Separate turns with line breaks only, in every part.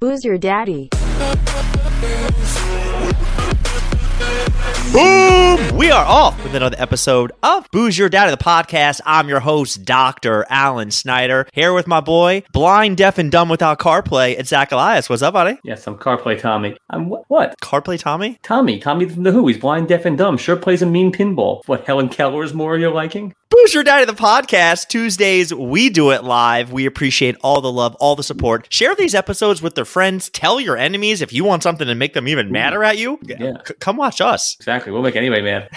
Who's your daddy?
Boom! We are off with another episode of Booze Your Daddy, the podcast. I'm your host, Dr. Alan Snyder, here with my boy, blind, deaf, and dumb without CarPlay. It's Zach Elias. What's up, buddy?
Yes, I'm CarPlay Tommy. I'm wh- what?
CarPlay Tommy?
Tommy. Tommy from The Who. He's blind, deaf, and dumb. Sure plays a mean pinball. What, Helen Keller is more your liking?
Booze Your Daddy, the podcast. Tuesdays, we do it live. We appreciate all the love, all the support. Share these episodes with their friends. Tell your enemies if you want something to make them even madder at you.
Yeah.
c- come watch us.
Exactly. We'll make anybody mad.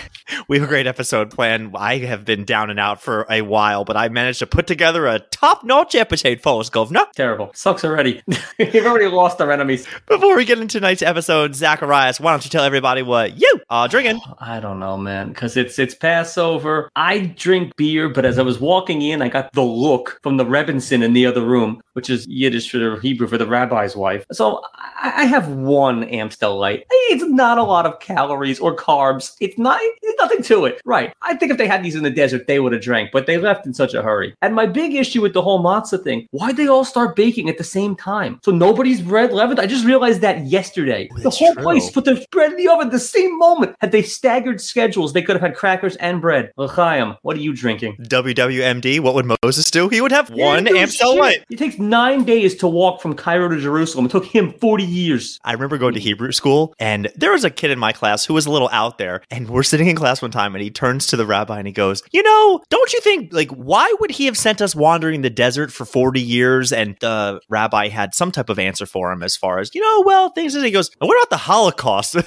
We have a great episode planned. I have been down and out for a while, but I managed to put together a top notch episode for us, Governor.
Terrible. Sucks already. We've already lost our enemies.
Before we get into tonight's episode, Zacharias, why don't you tell everybody what you are drinking?
I don't know, man, because it's it's Passover. I drink beer, but as I was walking in, I got the look from the Rebinson in the other room, which is Yiddish for the Hebrew for the rabbi's wife. So I, I have one Amstel Light. It's not a lot of calories or carbs. It's not. There's nothing to it, right? I think if they had these in the desert, they would have drank, but they left in such a hurry. And my big issue with the whole matzah thing: why they all start baking at the same time? So nobody's bread leavened. I just realized that yesterday. the
that's
whole
true.
place put their bread in the oven at the same moment. Had they staggered schedules, they could have had crackers and bread. L'chaim, what are you drinking?
WWMD, what would Moses do? He would have one
Yeah, no
Amstel
shit.
Light.
It takes nine days to walk from Cairo to Jerusalem. It took him 40 years.
I remember going to Hebrew school, and there was a kid in my class who was a little out there. And we're sitting in class one time, and he turns to the rabbi and he goes, You know, don't you think, like, why would he have sent us wandering the desert for 40 years? And the rabbi had some type of answer for him as far as, You know, well, things. And he goes, "And What about the Holocaust? and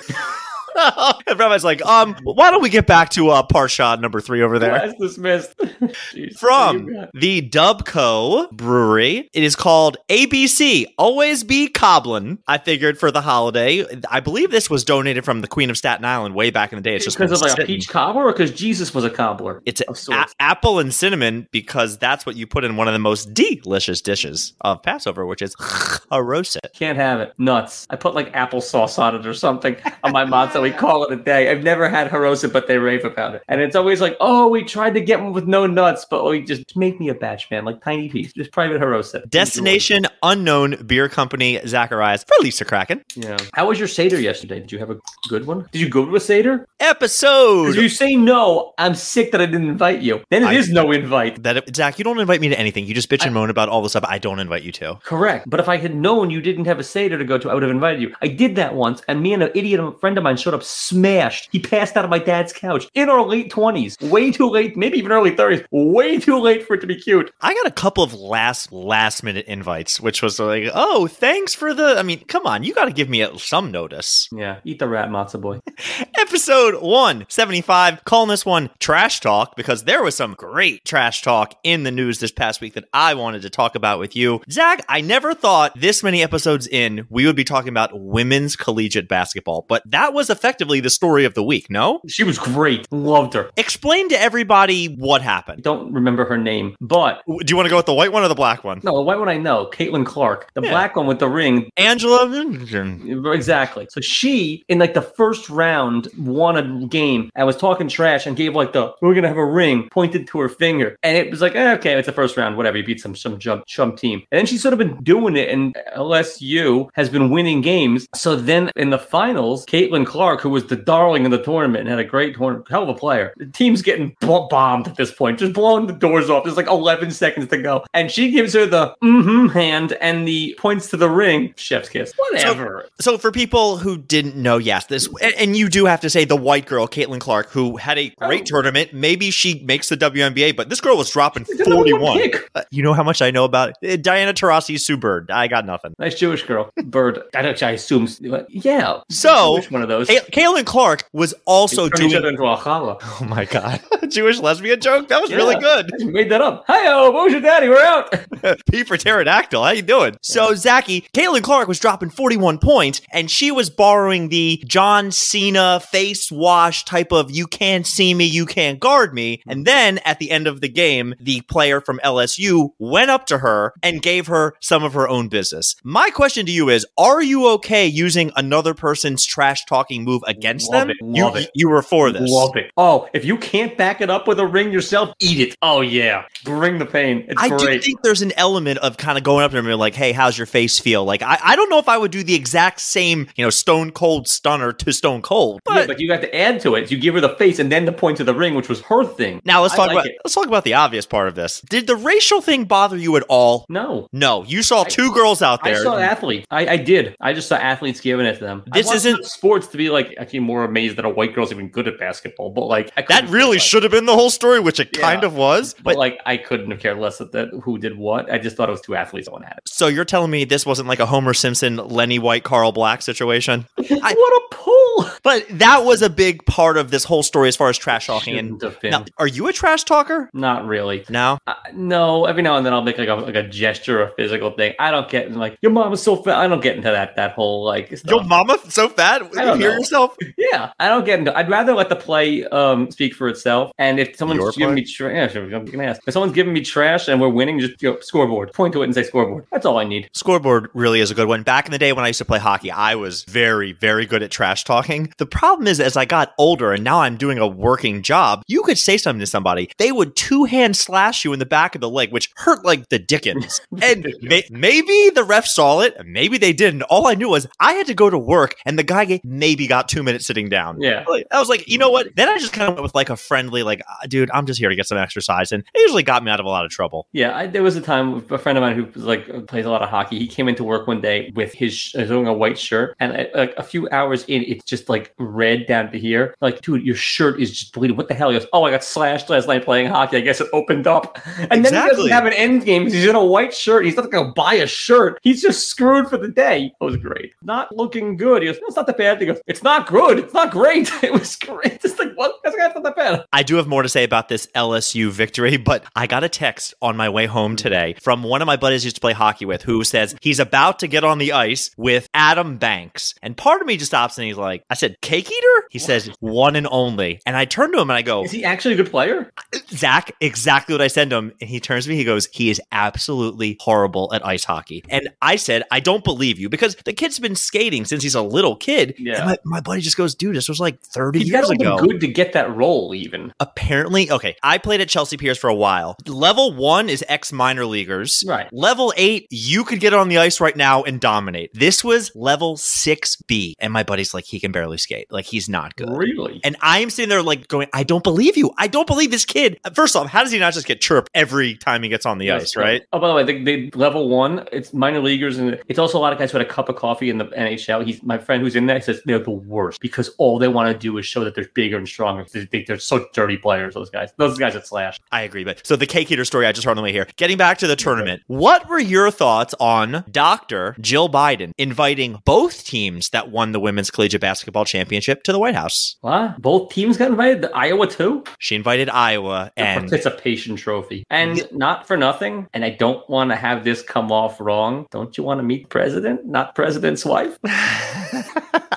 the rabbi's like, Um, why don't we get back to uh, Parsha number three over there?
That's dismissed. Jeez.
from the Dubco Brewery. It is called ABC, Always Be Coblin. I figured for the holiday. I believe this was donated from the Queen of Staten Island way back in the day. It's just
because of
been
like a
sitting.
peach cobbler or because Jesus was a cobbler?
It's
of
a-
sorts.
apple and cinnamon because that's what you put in one of the most delicious dishes of Passover, which is haroset.
Can't have it. Nuts. I put like applesauce on it or something on my matzah. We call it a day. I've never had haroset, but they rave about it. And it's always like, oh, we tried to get one with no nuts, but oh, you just make me a batch, man. Like tiny piece. Just private haroset.
Destination Unknown Beer Company, Zacharias, for Lisa Kraken.
Yeah. How was your Seder yesterday? Did you have a good one? Did you go to a Seder?
Episode.
Because you say no, I'm sick that I didn't invite you. Then it
I-
is no invite.
that Zach, you don't invite me to anything. You just bitch and moan about all the stuff I don't invite you to.
Correct. But if I had known you didn't have a Seder to go to, I would have invited you. I did that once, and me and an idiot of a friend of mine showed up smashed. He passed out on my dad's couch in our late 20s. Way too late, maybe even early 30s. Way too late for it to be cute.
I got a couple of last last minute invites, which was like, oh, thanks for the. I mean, come on, you got to give me a, some notice.
Yeah. Eat the rat, matzo boy.
Episode one seventy five. Calling this one trash talk because there was some great trash talk in the news this past week that I wanted to talk about with you, Zach. I never thought this many episodes in we would be talking about women's collegiate basketball, but that was effectively the story of the week. No,
She was great. Loved her.
explain to everybody what happened.
Don't remember her name, but
Do you want to go with the white one or the black one?
no, why would I know? Caitlin Clark, the
Yeah.
black one with the ring,
Angela.
Exactly. So she, in like the first round, won a game and was talking trash and gave like the "we're gonna have a ring" pointed to her finger, and it was like, eh, okay, it's the first round, whatever. You beat some some jump chump team, and then she's sort of been doing it, and LSU has been winning games. So then in the finals, Caitlin Clark, who was the darling of the tournament and had a great tournament, hell of a player, the team's getting bo- bombed at this point, just blowing the doors off. There's like 11 seconds to go, and she gives her the mm-hmm hand and the points to the ring. Chef's kiss. Whatever.
So for people who didn't know, yes, this and, and you do have to say the white girl, Caitlin Clark, who had a great
Oh.
tournament. Maybe she makes the WNBA, but this girl was dropping
It's a number one
forty-one.
pick.
Uh, you know how much I know about it? Uh, Diana Taurasi, Sue Bird. I got nothing.
Nice Jewish girl. Bird. I don't. I assume. Yeah.
So,
Jewish one of those.
Ca- Caitlin Clark was
They
also
turn each
doing.
other into a challah.
Oh my god, Jewish lesbian joke. That was really
Yeah.
good.
I just made that up. Hey, oh, what was your daddy? We're out.
P for pterodactyl. How you doing? So Zachy, Caitlin Clark was dropping 41 points, and she was borrowing the John Cena face wash type of "you can't see me, you can't guard me."
Mm-hmm.
And then at the end of the game, the player from LSU went up to her and gave her some of her own business. My question to you is: Are you okay using another person's trash talking move against
Love
them,
it,
you
love it.
you were for this.
Love it. Oh, if you can't back it up with a ring yourself, eat it. Oh yeah, bring the pain. It's
I do
great.
think there's an element of kind of going up to them and being like, hey, how's your face feel? Like, I, I don't know if I would do the exact same, you know, stone cold stunner to stone cold.
yeah,
But,
but you have to add to it. You give her the face and then the point to the ring, which was her thing.
now let's
I
talk
like
about
it.
let's talk about the obvious part of this. Did the racial thing bother you at all?
No,
No, you saw
I-
two girls out there.
I saw athletes. I, I did. I just saw athletes giving it to them. I
This
want
isn't-
sports to be like actually more amazed that a white girl's even good at basketball. But like I
that
couldn't
really
care less.
should have been the whole story, which it
Yeah.
kind of was.
But,
But
like I couldn't have cared less that, that who did what. I just thought it was two athletes going at
so you're telling me this wasn't like a Homer Simpson, Lenny White, Carl Black situation?
it.
I-
what a pull!
But that was a big part of this whole story as far as trash talking. And
Shouldn't have been.
now, are you a trash talker?
Not really.
No.
Uh, no, every now and then I'll make like a like a gesture or physical thing. I don't get like your mom is so fat. I don't get into that that whole like stuff.
Your mama so fat?
I
you
don't
hear
know.
yourself?
Yeah, I don't get into. I'd rather let the play um speak for itself. And if someone's
Your
giving
play?
me trash, yeah, sure, I'm gonna ask. If someone's giving me trash and we're winning, just you know, scoreboard. Point to it and say scoreboard. That's all I need.
Scoreboard really is a good one. Back in the day when I used to play hockey, I was very, very good at trash talking. The problem is, as I got older and now I'm doing a working job, you could say something to somebody. They would two hand slash you in the back of the leg, which hurt like the dickens. And may- maybe the ref saw it, maybe they didn't. All I knew was I had to go to work, and the guy ga- maybe got two minutes sitting down.
Yeah.
Like, I was like, you know what? Then I just kind of went with like a friendly, like, "Ah, dude, I'm just here to get some exercise. And it usually got me out of a lot of trouble.
Yeah, I, there was a time with a friend of mine who was like plays a lot of hockey. He came into work one day with his sh- uh, wearing a white shirt, and uh, like a few hours in, it's just like red down to here. Like, dude, your shirt is just bleeding. What the hell? He goes, "Oh, I got slashed last night playing hockey. I guess it opened up." And then he
Exactly.
doesn't have an end game because he's in a white shirt. He's not going to buy a shirt. He's just screwed for the day. It was great. Not looking good. He goes, no, "It's not that bad." He goes, "It's not good. It's not great. It was great." It's like, what? That's not that bad.
I do have more to say about this LSU victory, but I got a text on my way
Mm.
home today from one of my buddies who used to play hockey with who says he's about to get on the ice with Adam Banks. And part of me just stops and he's like, I said, cake eater? He says, one and only. And I turn to him and I go,
Is he actually a good player?
Zach, exactly what I send him. And he turns to me, he goes, He is absolutely horrible at ice hockey. And I said, I don't believe you because the kid's been skating since he's a little kid.
Yeah.
And my, my buddy just goes, Dude, this was like 30
He's got
years
to be
ago
good to get that role, even.
apparently okay i played at chelsea piers for a while level one is ex minor leaguers
Right.
level eight you could get on the ice right now and dominate this was level 6b and my buddy's like he can barely skate like he's not good
Really?
and I'm sitting there like going, I don't believe you. I don't believe this kid. First off, how does he not just get chirped every time he gets on the ice, right?
Oh, by the way, the, the level one, it's minor leaguers, and it's also a lot of guys who had a cup of coffee in the NHL. He's my friend who's in there. He says they're the worst because all they want to do is show that they're bigger and stronger. They think they're so dirty players. Those guys, those guys that slash.
I agree. But so the cake eater story I just heard on the way here. Getting back to the tournament, what were your thoughts on Dr. Jill Biden inviting both teams that won the women's collegiate basketball championship to the White House?
What? Both teams got invited. The Iowa too.
She invited Iowa
The
and
participation trophy, and not for nothing. And I don't want to have this come off wrong. Don't you want to meet president, not president's wife?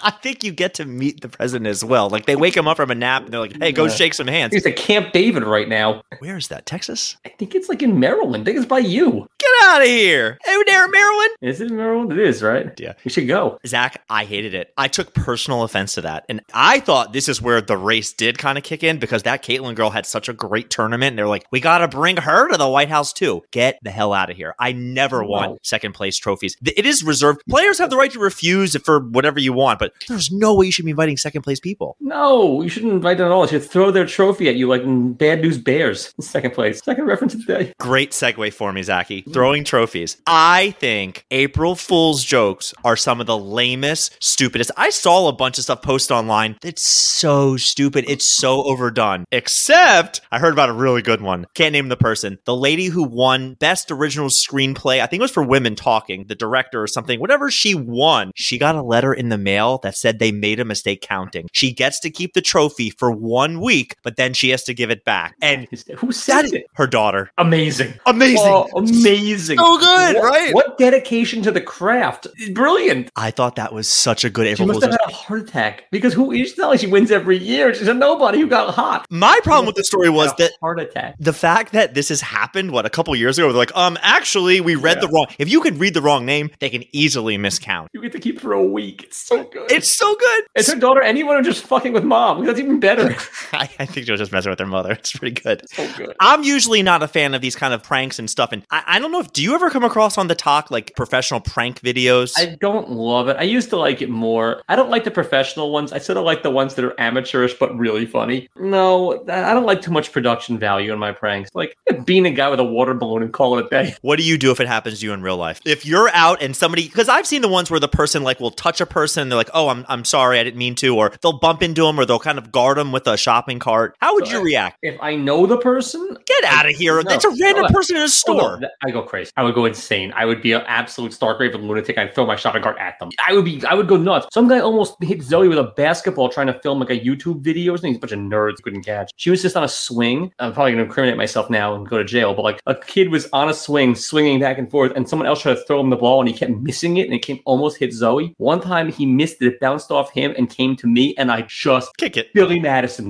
I think you get to meet the president as well. Like they wake him up from a nap and they're like, "Hey, go
Yeah.
shake some hands."
He's at Camp David right now.
Where is that? Texas?
I think it's like in Maryland. I think it's by you.
Get out of here. Hey, there, Maryland.
Is it in Maryland? It is, right?
Yeah.
We should go.
Zach, I hated it. I took personal offense to that. And I thought this is where the race did kind of kick in because that Caitlin girl had such a great tournament. And they're like, we got to bring her to the White House too. Get the hell out of here. I never
No.
want second place trophies. Th- It is reserved. Players have the right to refuse for whatever you want, but there's no way you should be inviting second place people.
No, you shouldn't invite them at all. You should throw their trophy at you like in Bad News Bears. Second place. Second reference of the day.
Great segue for me, Zachy. Throwing trophies. I think April Fool's jokes are some of the lamest, stupidest. I saw a bunch of stuff posted online that's so stupid. It's so overdone. Except I heard about a really good one. Can't name the person. The lady who won Best Original Screenplay, I think it was for Women Talking, the director or something, whatever she won, she got a letter in the mail that said they made a mistake counting. She gets to keep the trophy for one week, but then she has to give it back. And
Is- Who said
that is
it?
her daughter.
Amazing.
Amazing.
Oh, amazing. amazing.
So good,
What-
right?
What dedication to the craft. Brilliant.
I thought that was such a good
She
April
must
Fool's.
have had a heart attack because who? It's not like she wins every year. She's a nobody who got hot.
My problem with the story was
Had a
that
heart attack?
the fact that this has happened what a couple years ago they're like um actually we read the wrong if you can read the wrong name they can easily miscount
You get to keep for a week. It's so good.
it's so good
is her daughter anyone or just fucking with mom? That's even better.
I, I think she was just messing with her mother it's pretty good
so good.
i'm usually not a fan of these kind of pranks and stuff and i, I don't know if do you ever come across on the talk like professional prank videos
I don't love it. I used to like it more. I don't like the professional ones. I sort of like the ones that are amateurish but really funny. No, I don't like too much production value in my pranks. Like being a guy with a water balloon and call it a day.
What do you do if it happens to you in real life? If you're out and somebody, because I've seen the ones where the person like will touch a person, and they're like, "Oh, I'm I'm sorry, I didn't mean to," or they'll bump into them, or they'll kind of guard them with a shopping cart. How would
So
you
I-
react?
If I know the person,
Get out of here!
No,
That's a
no,
random
I-
person in a
Oh, no,
store.
th- I go crazy. I would go insane. I would be an absolute stark raving lunatic. I'd throw my shopping cart at them. I would be. I would go nuts. Some guy almost hit Zoe with a basketball trying to film like a YouTube video. or something. He's a bunch of nerds who couldn't catch. She was just on a swing. I'm probably gonna incriminate myself now and go to jail. But like a kid was on a swing, swinging back and forth, and someone else tried to throw him the ball, and he kept missing it, and it came almost hit Zoe. One time he missed it, it bounced off him, and came to me, and I just
Kick it.
Billy Madison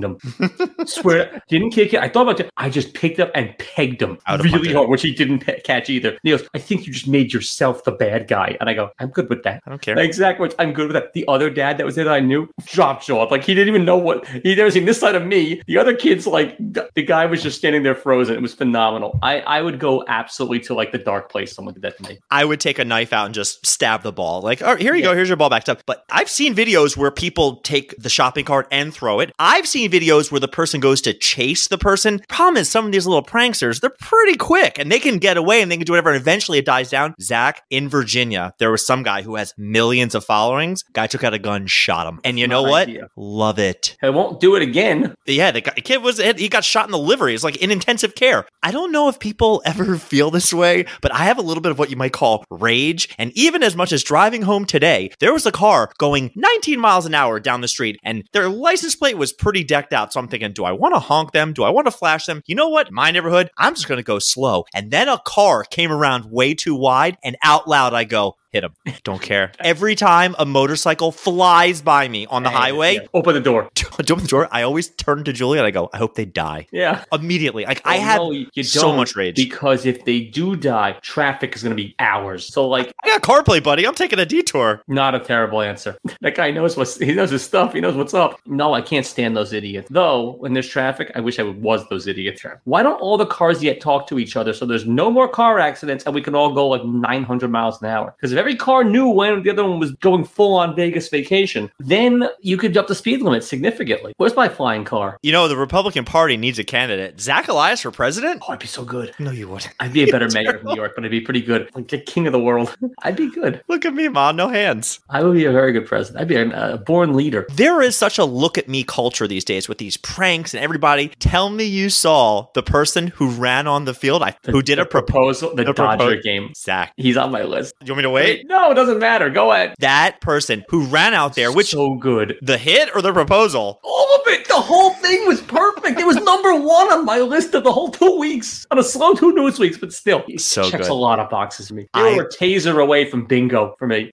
them. Swear, didn't kick it. I thought about it. I just picked up and pegged him
I would've
really
punted
hard, which he didn't pe- catch either. And he goes, I think you just made yourself the bad guy. And I go, I'm good with that.
I don't care.
Exactly. I'm good with that. The other dad that was there that I knew dropped jaw. Like he didn't even know what he'd never seen this side of me. The other kids, like th- the guy was just standing there frozen. It was phenomenal. I, I would go absolutely to like the dark place. Someone did that to me.
I would take a knife out and just stab the ball. Like, all right, here you
Yeah.
go. Here's your ball back up. But I've seen videos where people take the shopping cart and throw it. I've seen videos where the person goes to chase the person. Problem is, some of these little pranksters, they're pretty quick and they can get away and they can do whatever. And eventually it dies down. Zach, in Virginia, there was some guy who has millions of followings. Guy took out a gun, shot him. And you know
my
what?
idea.
Love it.
I won't do it again.
Yeah, the, guy, the kid was he got shot in the liver. He's like in intensive care. I don't know if people ever feel this way, but I have a little bit of what you might call rage. And even as much as driving home today, there was a car going 19 miles an hour down the street, and their license plate was pretty decked out. So I'm thinking, do I want to honk them? Do I want to flash them? You know what? My neighborhood, I'm just going to go slow. And then a car came around way too wide, and out loud I go. Hit him. Don't care. Every time a motorcycle flies by me on the highway,
Yeah. Open the door.
jump the door, I always turn to Julia and I go, I hope they die
Yeah.
immediately. Like I had,
Oh, no, you you
so
don't,
much rage.
because if they do die, traffic is going to be hours. So like,
I got CarPlay, buddy. I'm taking a detour.
not a terrible answer. That guy knows what's he knows his stuff. He knows what's up. No, I can't stand those idiots. Though when there's traffic, I wish I was those idiots. Why don't all the cars yet talk to each other so there's no more car accidents and we can all go like 900 miles an hour? Because if every car knew when the other one was going full on Vegas vacation, then you could up the speed limit significantly. Where's my flying car?
You know, the Republican Party needs a candidate. Zach Elias for president?
Oh, I'd be so good.
No, you wouldn't.
I'd be a better mayor of New York, but I'd be pretty good. Like the king of the world. I'd be good.
Look at me, Ma. No hands.
I would be a very good president. I'd be an- a born leader.
There is such a look at me culture these days with these pranks and everybody. Tell me you saw the person who ran on the field, I, who did a
The
proposal.
proposal? The,
the
Dodger
propo-
game.
Zach,
He's on my list.
you want me to wait?
No, it doesn't matter. Go ahead.
That person who ran out there, which
so good.
the hit or the proposal?
All of it. The whole thing was perfect. It was number one on my list of the whole two weeks on a slow two news weeks, but still, he
So
checks
good.
a lot of boxes for me. You
I-
were a taser away from bingo for me.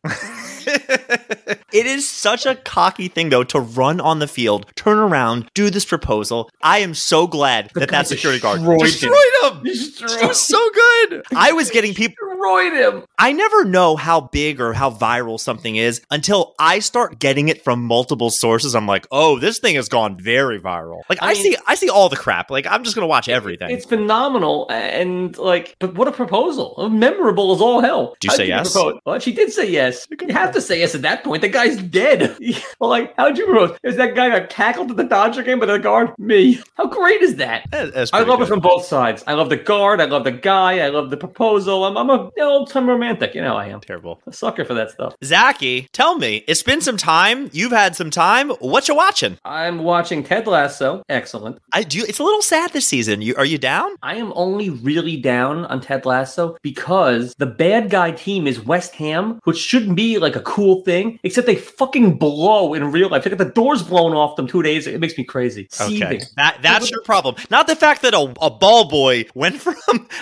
it is such a cocky thing, though, to run on the field, turn around, do this proposal. I am so glad that
guy
that security guard
destroyed
destroyed
him.
him. It
Destroyed,
was so good. I was getting people.
destroyed him.
I never know how big or how viral something is until I start getting it from multiple sources. I'm like, oh, this thing has gone very viral. Like
I
I,
mean-
see, I see all the crap. Like I'm just gonna watch everything.
It's phenomenal, and like, but what a proposal! Memorable as all hell.
Did you
How'd
say yes?
propose? Well, she did say yes. You have to say yes at that point. The guy's dead. well, like, how'd you propose? Is that guy got tackled at the Dodger game by the guard? Me. How great is that?
That- that's
I
pretty
love it
good.
from both sides. I love the guard. I love the guy. I love the proposal. I'm, I'm a old time romantic. You know, I am
Terrible.
a sucker for that stuff.
Zachy, tell me, it's been some time. You've had some time. What you watching?
I'm watching Ted Lasso. Excellent.
I do. It's a little sad this season. You are you down?
I am only really down on Ted Lasso because the bad guy team is West Ham, which shouldn't be like a cool thing, except they they fucking blow in real life. They got the doors blown off them two days. It makes me crazy.
Okay.
Seething.
That that's your problem. Not the fact that a, a ball boy went from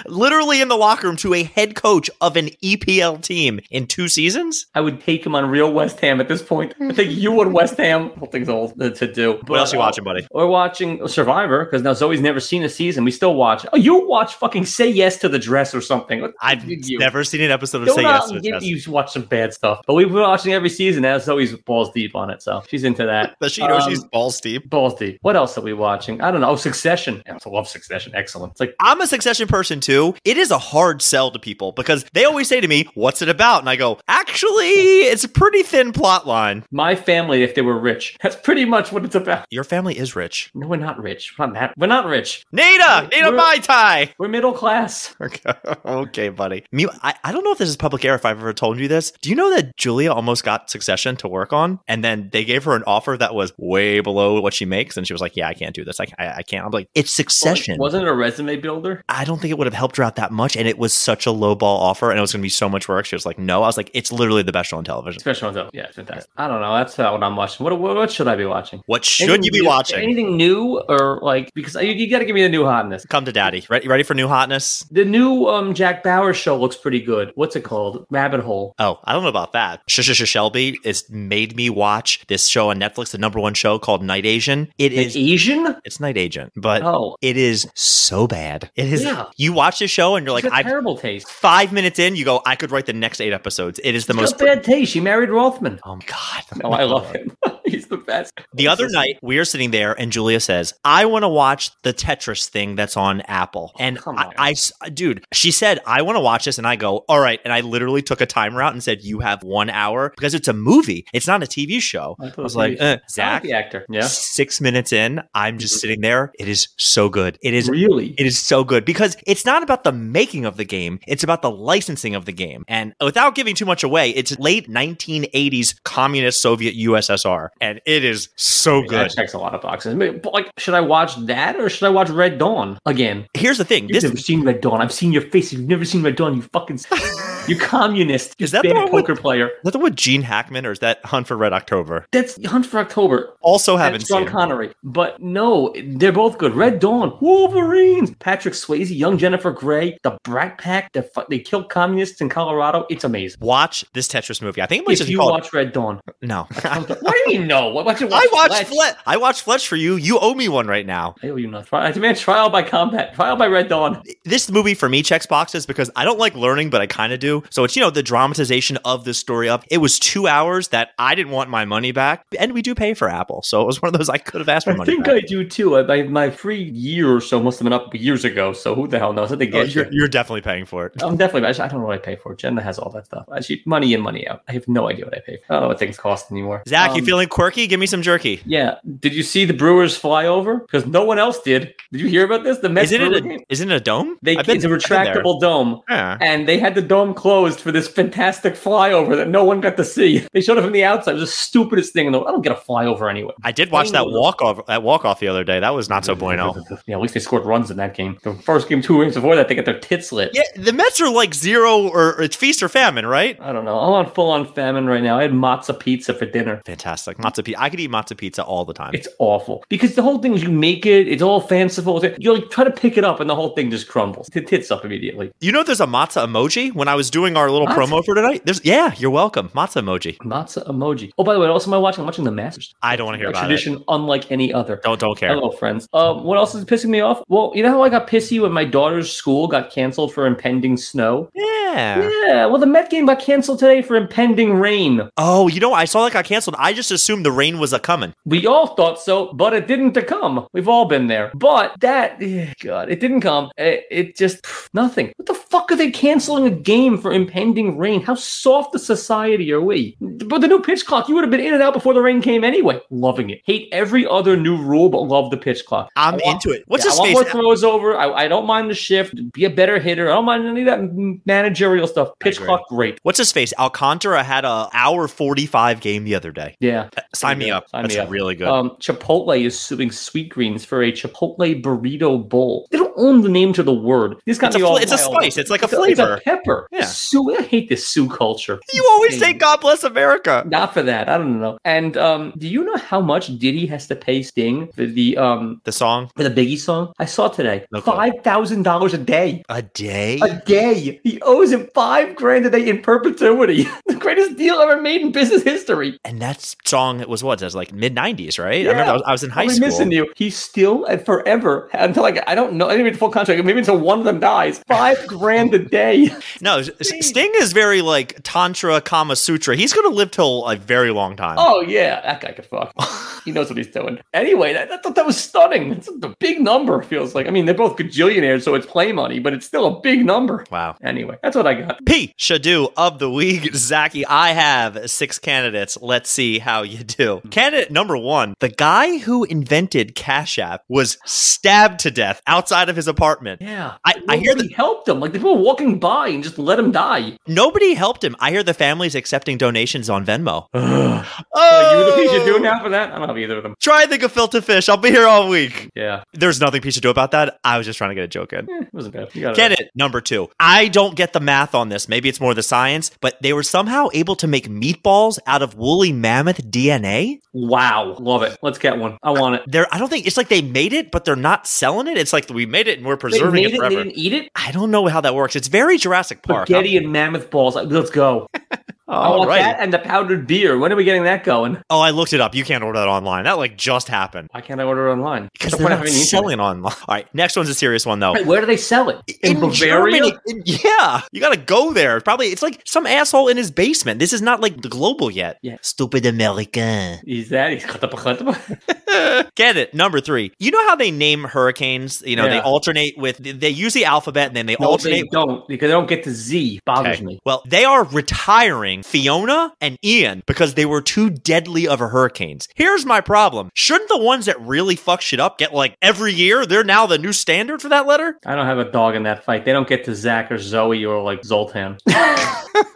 literally in the locker room to a head coach of an EPL team in two seasons.
I would take him on real West Ham at this point. I think you and West Ham. Whole thing's all to do.
What else you watching,
watching?
buddy?
We're watching Survivor because now Zoe's never seen a season. We still watch. Oh, you watch fucking Say Yes to the Dress or something. What
I've
did you?
never seen an episode of
Don't
Say Yes to a
out- you-
Test.
You watch some bad stuff, but we've been watching every season. Now Zoe's balls deep on it, so she's into that.
But she knows
Um,
she's balls deep.
balls deep. What else are we watching? I don't know. Oh, Succession. I also love Succession. Excellent. It's like
I'm a succession person too. It is a hard sell to people because they always say to me, What's it about? And I go, Actually, it's a pretty thin plot line.
my family if they were rich. That's pretty much what it's about.
Your family is rich.
No, we're not rich. We're not that. We're not rich.
Nada, Nada
We're-
Mai Tai.
We're middle class.
Okay, okay, buddy. Me, I, I don't know if this is public air if I've ever told you this. Do you know that Julia almost got Succession to work on, and then they gave her an offer that was way below what she makes, and she was like, "Yeah, I can't do this. I, I, I can't." I'm like, "It's Succession."
Wasn't it a resume builder?
I don't think it would have helped her out that much, and it was such a low ball offer, and it was going to be so much work. She was like, "No." I was like, "It's literally the best show on television."
Special ones up. Yeah, fantastic. I don't know. That's not what I'm watching. What, what, what should I be watching?
What should
Anything
you be
new-
watching?
Anything new or like because you, you got to give me the new hotness.
Come to Daddy. Ready, ready for new hotness?
The new um Jack Bauer show looks pretty good. What's it called? Rabbit Hole.
Oh, I don't know about that. Sh- sh- sh- Shelby has made me watch this show on Netflix, the number one show called Night Asian. It
The
is
Asian?
It's Night Agent, but
Oh,
it is so bad. It is.
Yeah.
You watch the show and you're
like
like, I
terrible taste.
five minutes in, you go, I could write the next eight episodes. It is the
It's got
most.
bad taste. She married Rothman.
Oh my god!
Oh, I love him. He's the best.
The other night, we are sitting there, and Julia says, "I want to watch the Tetris thing that's on Apple." And
come
I,
on.
I s- dude, she said, "I want to watch this," and I go, "All right." And I literally took a timer out and said, "You have one hour because it's a movie. It's not a TV show."
I, thought
I was like, eh, Zach.
the actor. Oh, Yeah, Mm-hmm.
Six minutes in, I'm just sitting there. It is so good. It is
really.
It is so good because it's not about the making of the game, it's about the licensing of the game. And without giving too much away, it's late 1980s communist Soviet USSR. And it is so
That
good.
checks a lot of boxes. But like, should I watch that or should I watch Red Dawn again?
Here's the thing.
You've
This
never seen Red Dawn. I've seen your face. You've never seen Red Dawn. You fucking, you communist. You
Is that the
bad
one with-
poker player?
is that the one with Gene Hackman or is that Hunt for Red October?
That's Hunt for October.
Also haven't
That's Sean
seen.
Connery. But no, they're both good. Red Dawn, Wolverines, Patrick Swayze, young Jennifer Grey, the Brat Pack. They fu- they killed communists in Colorado. It's amazing.
Watch this Tetris movie. I think it might
If
just
you
be called.
watch Red Dawn,
no.
I'm like, what do you mean no? What, what, what,
I watched
Fletch?
Fletch. I watched Fletch for you. You owe me one right now.
I owe you nothing. I demand trial by combat. Trial by Red Dawn.
this movie for me checks boxes because I don't like learning, but I kind of do. So it's, you know, the dramatization of the story up. It was two hours that I didn't want my money back. And we do pay for Apple. So it was one of those I could have asked for
I
money
think
back.
I do too. I, my, my free year or so must have been up years ago. So who the hell knows? I think
Oh,
they get you.
you're, you're definitely paying for it.
I'm definitely. I don't know what I pay for. Jenna has all that stuff. I shoot money in, money out. I have no idea what I pay. For. I don't know what things cost anymore.
Zach, you
Um,
feeling quirky? Give me some jerky.
Yeah. Did you see the Brewers fly over? Because no one else did. Did you hear about this? The Mets.
Is it, in
Brewer
a,
game?
is it in a dome?
They
I've been-
it's a
I've been there.
retractable dome,
Yeah.
and they had the dome closed for this fantastic flyover that no one got to see. They showed it from the outside. It was the stupidest thing in the world. I don't get a flyover anyway.
I did watch that walk off that walk off the other day. That was not so bueno.
Yeah, at least they scored runs in that game. The first game, two games before that, they got their tits lit.
Yeah, the Mets are like zero or or it's feast or famine, right?
I don't know. I'm on full on famine right now. I had matzo pizza for dinner.
Fantastic. Matzo pizza. I could eat matzo pizza all the time.
It's awful because the whole thing is you make it, it's all fanciful. You like try to pick it up, and the whole thing just crumbles. The tits up immediately.
You know, there's a matzo emoji. When I was doing our little
Matzo?
promo for tonight, there's yeah, you're welcome, matzo emoji.
Matzo emoji. Oh, by the way, what else am I watching? I'm watching The Masters.
I don't want to hear
A
about it.
tradition unlike any other.
Don't don't care.
Hello, friends. Um, what else is pissing me off? Well, you know how I got pissy when my daughter's school got canceled for impending snow?
Yeah.
Yeah, well, the Met game got canceled today for impending rain.
Oh, you know, I saw that got canceled. I just assumed the rain was a coming.
We all thought so, but it didn't to come. We've all been there. But that, eh, God, it didn't come. It, it just, pff, nothing. What the fuck are they canceling a game for impending rain? How soft a society are we? But the new pitch clock, you would have been in and out before the rain came anyway. Loving it. Hate every other new rule, but love the pitch clock.
I'm
I want-
into it. What's
yeah,
his
I want
face?
more throws over. I, I don't mind the shift. Be a better hitter. I don't mind any of that managerial stuff. Pitch
agree.
clock, great.
What's his face? Alcantara had a hour forty five game the other day.
Yeah.
Sign me
Yeah,
up.
sign
That's
me up. Uh,
really good.
Um, Chipotle is suing Sweetgreens for a Chipotle burrito bowl. They don't own the name to the word. This got
It's a,
me
fl-
all.
it's a
wild.
spice. It's like a
It's a- It's
flavor.
a pepper.
Yeah.
Sue, I hate this Sue culture.
You always say
Insane.
God bless America.
Not for that. I don't know. And um, do you know how much Diddy has to pay Sting for the um
The song
for the Biggie song? I saw today.
No clue.
Five thousand dollars a day.
A Day.
A day. He owes him five grand a day in perpetuity. the greatest deal ever made in business history.
and that song was what? That was like mid 90s, right? I remember
Yeah.
I was, I was in high
I'll be
school.
missing you. He's still and forever until like I don't know. I didn't even full contract. Maybe until one of them dies. Five grand a day.
No, S- S- Sting is very like Tantra Kama Sutra. He's going to live till a very long time.
Oh yeah, that guy could fuck. He knows what he's doing. Anyway, I, I thought that was stunning. It's a big number. Feels like. I mean, they're both gajillionaires, so it's play money, but it's still a big number.
wow.
Anyway, that's what I got.
P. Shadu of the week. Zaki, I have six candidates. Let's see how you do. Candidate number one the guy who invented Cash App was stabbed to death outside of his apartment.
Yeah.
I, I hear that
Nobody helped him. Like the people were walking by and just let him die.
nobody helped him. I hear the family's accepting donations on Venmo.
oh,
Oh,
you, you're doing now for that? I don't have either of them.
Try the gefilte fish. I'll be here all week.
Yeah,
There's nothing P should do about that. I was just trying to get a joke in.
Eh, it wasn't bad. You got
Get it. Number two. I don't get the math on this. Maybe it's more the science, but they were somehow able to make meatballs out of woolly mammoth DNA.
Wow, love it. Let's get one. I want it.
They're, I don't think it's like they made it, but they're not selling it. It's like we made it and we're preserving it
they made it. They
forever.
didn't eat it.
I don't know how that works. It's very Jurassic Park.
Spaghetti and mammoth balls. Let's go. I
All
want
right.
that and the powdered beer. When are we getting that going?
Oh, I looked it up. You can't order that online. That like just happened
Why can't I order it online?
because
What's
they're
the point
not
of having the internet?
selling it online. All right. Next one's a serious one though.
Wait, where do they sell it? In, Bavaria?
Germany. In- yeah, you gotta go there. Probably it's like some asshole in his basement. This is not like the global yet.
Yeah.
Stupid America.
Is that? He's
Get it. Number three. You know how they name hurricanes? You know, they
Yeah.
alternate with, they use the alphabet and then they
no, they
alternate.
don't because they don't get to Z. Bothers
Okay.
me.
Well, they are retiring Fiona and Ian because they were too deadly of a hurricanes. Here's my problem. Shouldn't the ones that really fuck shit up get like every year? They're now the new standard for that letter?
I don't have a dog in that fight. They don't get to Zach or Zoe or like Zoltan.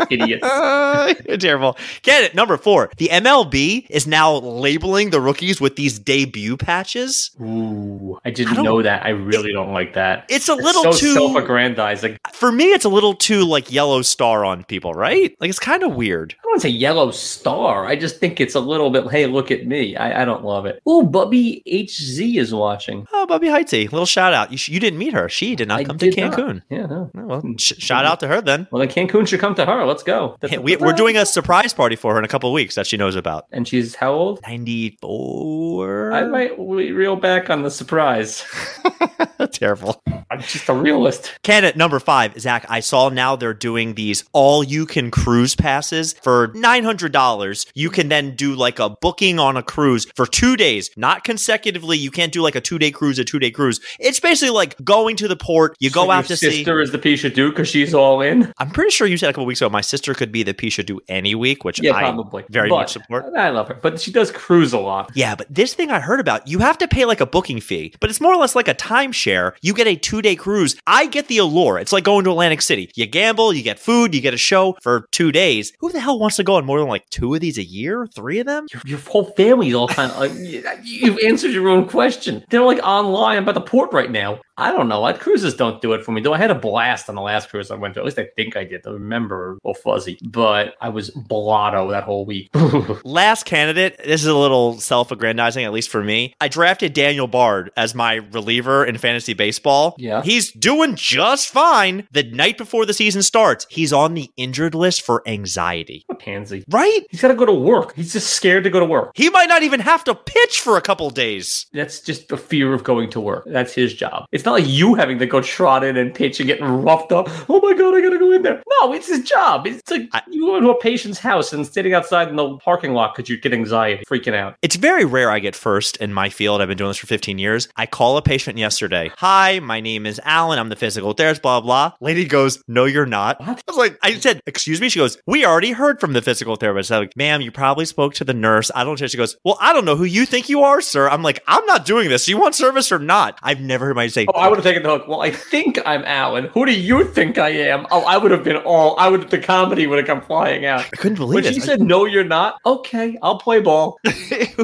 Idiots.
Uh, you're terrible. Get it. Number four. The MLB is now labeling the rookies with these debut patches.
Ooh, I
I
didn't
don't-
know that. I really don't like that.
It's a
It's
little
so
too
self-aggrandizing.
for me, it's a little too like yellow star on people, right? Like it's kind of weird.
I don't want to say yellow star. I just think it's a little bit, hey, look at me. I, I don't love it. Ooh, Bubby HZ is watching.
Oh, Bobby Heitze, little shout out. You, sh- you didn't meet her. She did not
I
come to
did not. Mm,
Cancun.
Yeah. no.
Oh, well, sh- shout out to her then.
Well, then Cancun should come to her. Let's go.
Hey, we, we're doing a surprise party for her in a couple of weeks that she knows about.
And she's how old?
94.
I might re- reel back on the surprise.
Terrible.
I'm just a realist.
Candidate number five, Zach. I saw now they're doing these all you can cruise passes for $900. You can then do like a booking on a cruise for two days, not consecutively. You can't do like a two day cruise, a two day cruise. It's basically like going to the port, you go
So
out
your
to sea.
sister is the piece of Duke because she's all in.
I'm pretty sure you said a couple weeks ago my sister could be the Pisha do any week, which
Yeah,
I
probably.
very
But-
much support.
I love her, but she does cruise a lot.
Yeah, but this thing I heard about, you have to pay like a booking fee, but it's more or less like a timeshare. You get a two day cruise. I get the allure. It's like going to Atlantic City. You gamble, you get food, you get a show for two days. Who the hell wants to go on more than like two of these a year? Three of them?
Your, your whole family's all kind of like, you- you've answered your own question. They're like online about the port right now. I don't know. I, cruises don't do it for me, though. I had a blast on the last cruise I went to. At least I think I did. I remember a little fuzzy, but I was blotto that whole week.
Last candidate, this is a little self aggrandizing, at least for me. I drafted Daniel Bard as my reliever in fantasy baseball.
Yeah.
He's doing just fine the night before the season starts. He's on the injured list for anxiety,
Pansy.
right?
He's got to go to work. He's just scared to go to work.
He might not even have to pitch for a couple days.
That's just the fear of going to work. That's his job. It's not like you having to go trot in and pitch and getting roughed up. Oh my god, I gotta go in there. No, it's his job. It's like
I-
you go into a patient's house and sitting outside in the parking lot because you get anxiety, freaking out.
It's very rare I get first in my field. I've been doing this for 15 years. I call a patient yesterday. Hi, my name is Alan. I'm the physical therapist, blah, blah. Lady goes, No, you're not.
What?
I was like, I said, Excuse me. She goes, We already heard from the physical therapist. I'm like, Ma'am, you probably spoke to the nurse. I don't know. She goes, Well, I don't know who you think you are, sir. I'm like, I'm not doing this. Do you want service or not? I've never heard my say,
Oh, I would have taken the hook. Well, I think I'm Alan. Who do you think I am? Oh, I would have been all. I would. The comedy would have come flying out.
I couldn't
When
believe
she
it.
said, "No, you're not." Okay, I'll play ball.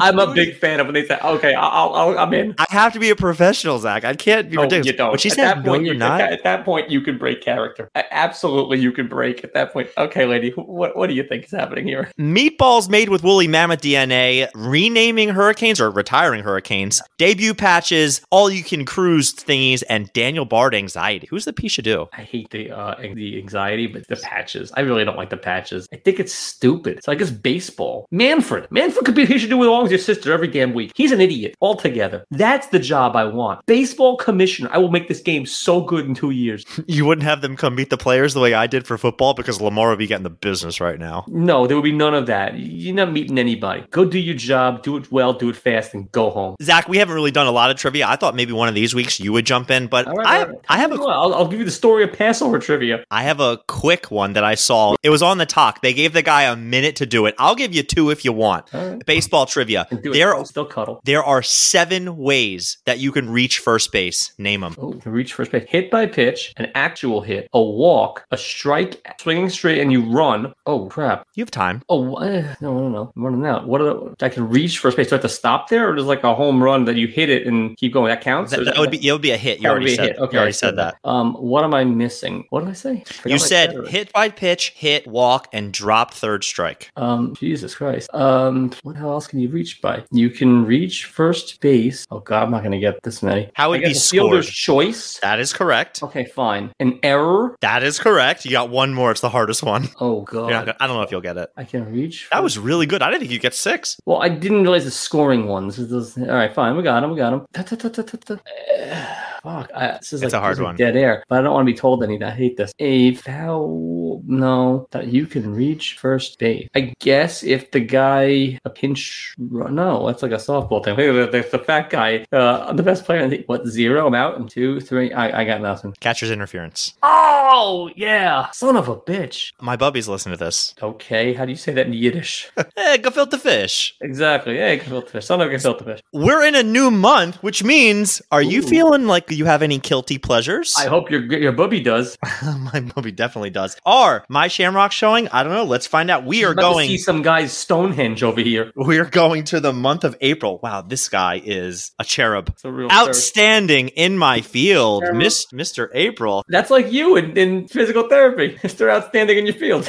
I'm a big fan of when they say, "Okay, I'll, I'll, I'm in."
I have to be a professional, Zach. I can't that'd be
No,
ridiculous.
Oh, you don't.
But she
At
said,
that point,
"No, you're
you-
not."
At that, at that point, you can break character. A- Absolutely, you can break at that point. Okay, lady, wh- what what do you think is happening here?
Meatballs made with woolly mammoth DNA, renaming hurricanes or retiring hurricanes, debut patches, all you can cruise thingies, and Daniel Bard anxiety. Who's the P should do?
I hate the uh, an- the anxiety, but the patches. I really don't like the patches. I think it's stupid. It's like it's baseball. Manfred. Manfred could be he should do along with your sister every damn week. He's an idiot altogether. That's the job I want. Baseball commissioner. I will make this game so good in two years.
You wouldn't have them come beat the players the way I did for football because Lamar would be getting the business right now.
No, there would be none of that. You're not meeting anybody. Go do your job, do it well, do it fast, and go home.
Zach, we haven't really done a lot of trivia. I thought maybe one of these weeks you would jump in, but
All right,
I,
all right.
I have a
Well, I'll, I'll give you the story of Passover trivia.
I have a quick one that I saw. It was on the talk. They gave the guy a minute to do it. I'll give you two if you want.
All right.
Baseball trivia.
And do
There
it. Still cuddle.
There are seven ways that you can reach first base. Name them.
Oh, you can reach first base. Hit by pitch, an actual hit, a walk, a strike, swinging straight, and you run. Oh, crap.
You have time.
Oh, eh, no, no, no. I'm running out. What are the, I can reach first base. Do I have to stop there, or there's like a home run that you hit it and keep going? That counts?
That,
Or is
that would be it would be a hit. You
that would
already
be a
said.
hit. Okay,
you
I
already said that.
Um, what am I missing? What did I say? I forgot
You
what I
said
already.
hit by pitch, hit, walk, and drop third strike.
Um, Jesus Christ. Um, what the hell else can you reach by? You can reach first base. Oh God, I'm not gonna get this many.
How would
I
Oh, be
guess a fielder's
scored?
choice.
That is correct.
Okay, fine. An error.
That is correct. You got one more. It's the hardest one.
Oh
You're not
God,
gonna- I don't know if you'll get it.
I can reach.
That
for-
was really good. I didn't think you'd get six.
Well, I didn't realize the scoring one. This is this- all right. Fine, we got him. We got him. Ta- ta- ta- ta- ta- ta. Eh, Fuck, I, this is
It's
like,
a hard
this is
one.
Dead air. But I don't want to be told any. I hate this. A foul. No, that you can reach first base. I guess if the guy a pinch. Run, no, that's like a softball thing. Look at the, the, the fat guy. Uh, I'm the best player. I think what zero? I'm out. I'm two, three. I, I got nothing.
Catcher's interference.
Oh yeah, son of a bitch.
My bubbies listen to this.
Okay, how do you say that in Yiddish?
Hey, go fill the fish.
exactly. Hey, Gefiltefish. Son of a Gefiltefish.
We're in a new month, which means are you
Ooh.
feeling like you have any guilty pleasures?
I hope your your booby does.
my movie definitely does. Are my Shamrock showing? I don't know. Let's find out. We
You're
are
about to
going.
see some guys Stonehenge over here.
We are going to the month of April. Wow, this guy is a cherub.
It's a real therapy.
Outstanding in my field,
Cherub.
Miss, Mr. April.
That's like you in, in physical therapy. If they're outstanding in your field,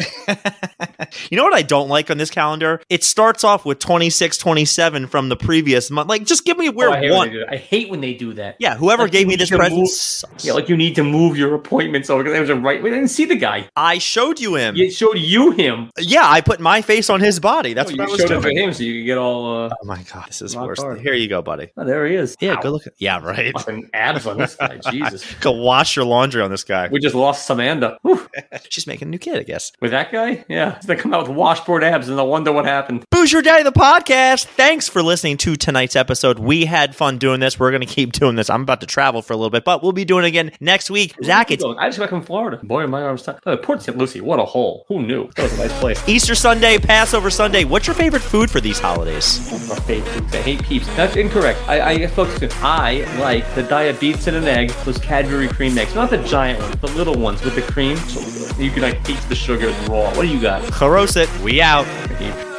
you know what I don't like on this calendar? It starts off with 26, 27 from the previous month. Like, just give me where
Oh, I hate
one.
when they do that. I hate when they do that.
Yeah, whoever
Like,
gave
you
me
need
this
to
present
move-
sucks.
Yeah, like you need to move your appointments over because there was a right. We didn't see the guy.
I showed you him.
It showed you him.
Yeah, I put my face on his body. That's
Oh,
what I
you
was
showed up
doing.
at him, so you could get all. Uh,
Oh my god, this is
Rock
worse.
hard.
Here you go, buddy.
oh, there he is.
Yeah,
Ow,
good look. Yeah, right.
Fucking abs on this guy. Jesus,
Go wash your laundry on this guy.
we just lost Samantha. Whew.
She's making a new kid, I guess.
With that guy, yeah, he's gonna come out with washboard abs, and I wonder what happened.
Booze Your Daddy, the podcast. Thanks for listening to tonight's episode. We had fun doing this. We're going to keep doing this. I'm about to travel for a little bit, but well be doing it again next week. Zach, it's
I just got back from Florida. Boy, my arms. tight. Oh, Port St. Lucie, what a hole. Who knew? That was a nice place.
Easter Sunday, Passover Sunday. What's your favorite food for these holidays?
I hate peeps. I hate peeps. That's incorrect. I, I focus on. I like the diabetes in an egg, those Cadbury cream eggs. Not the giant ones, the little ones with the cream. So good. You can like taste the sugar raw. What do you got?
Carosit, we out.
I hate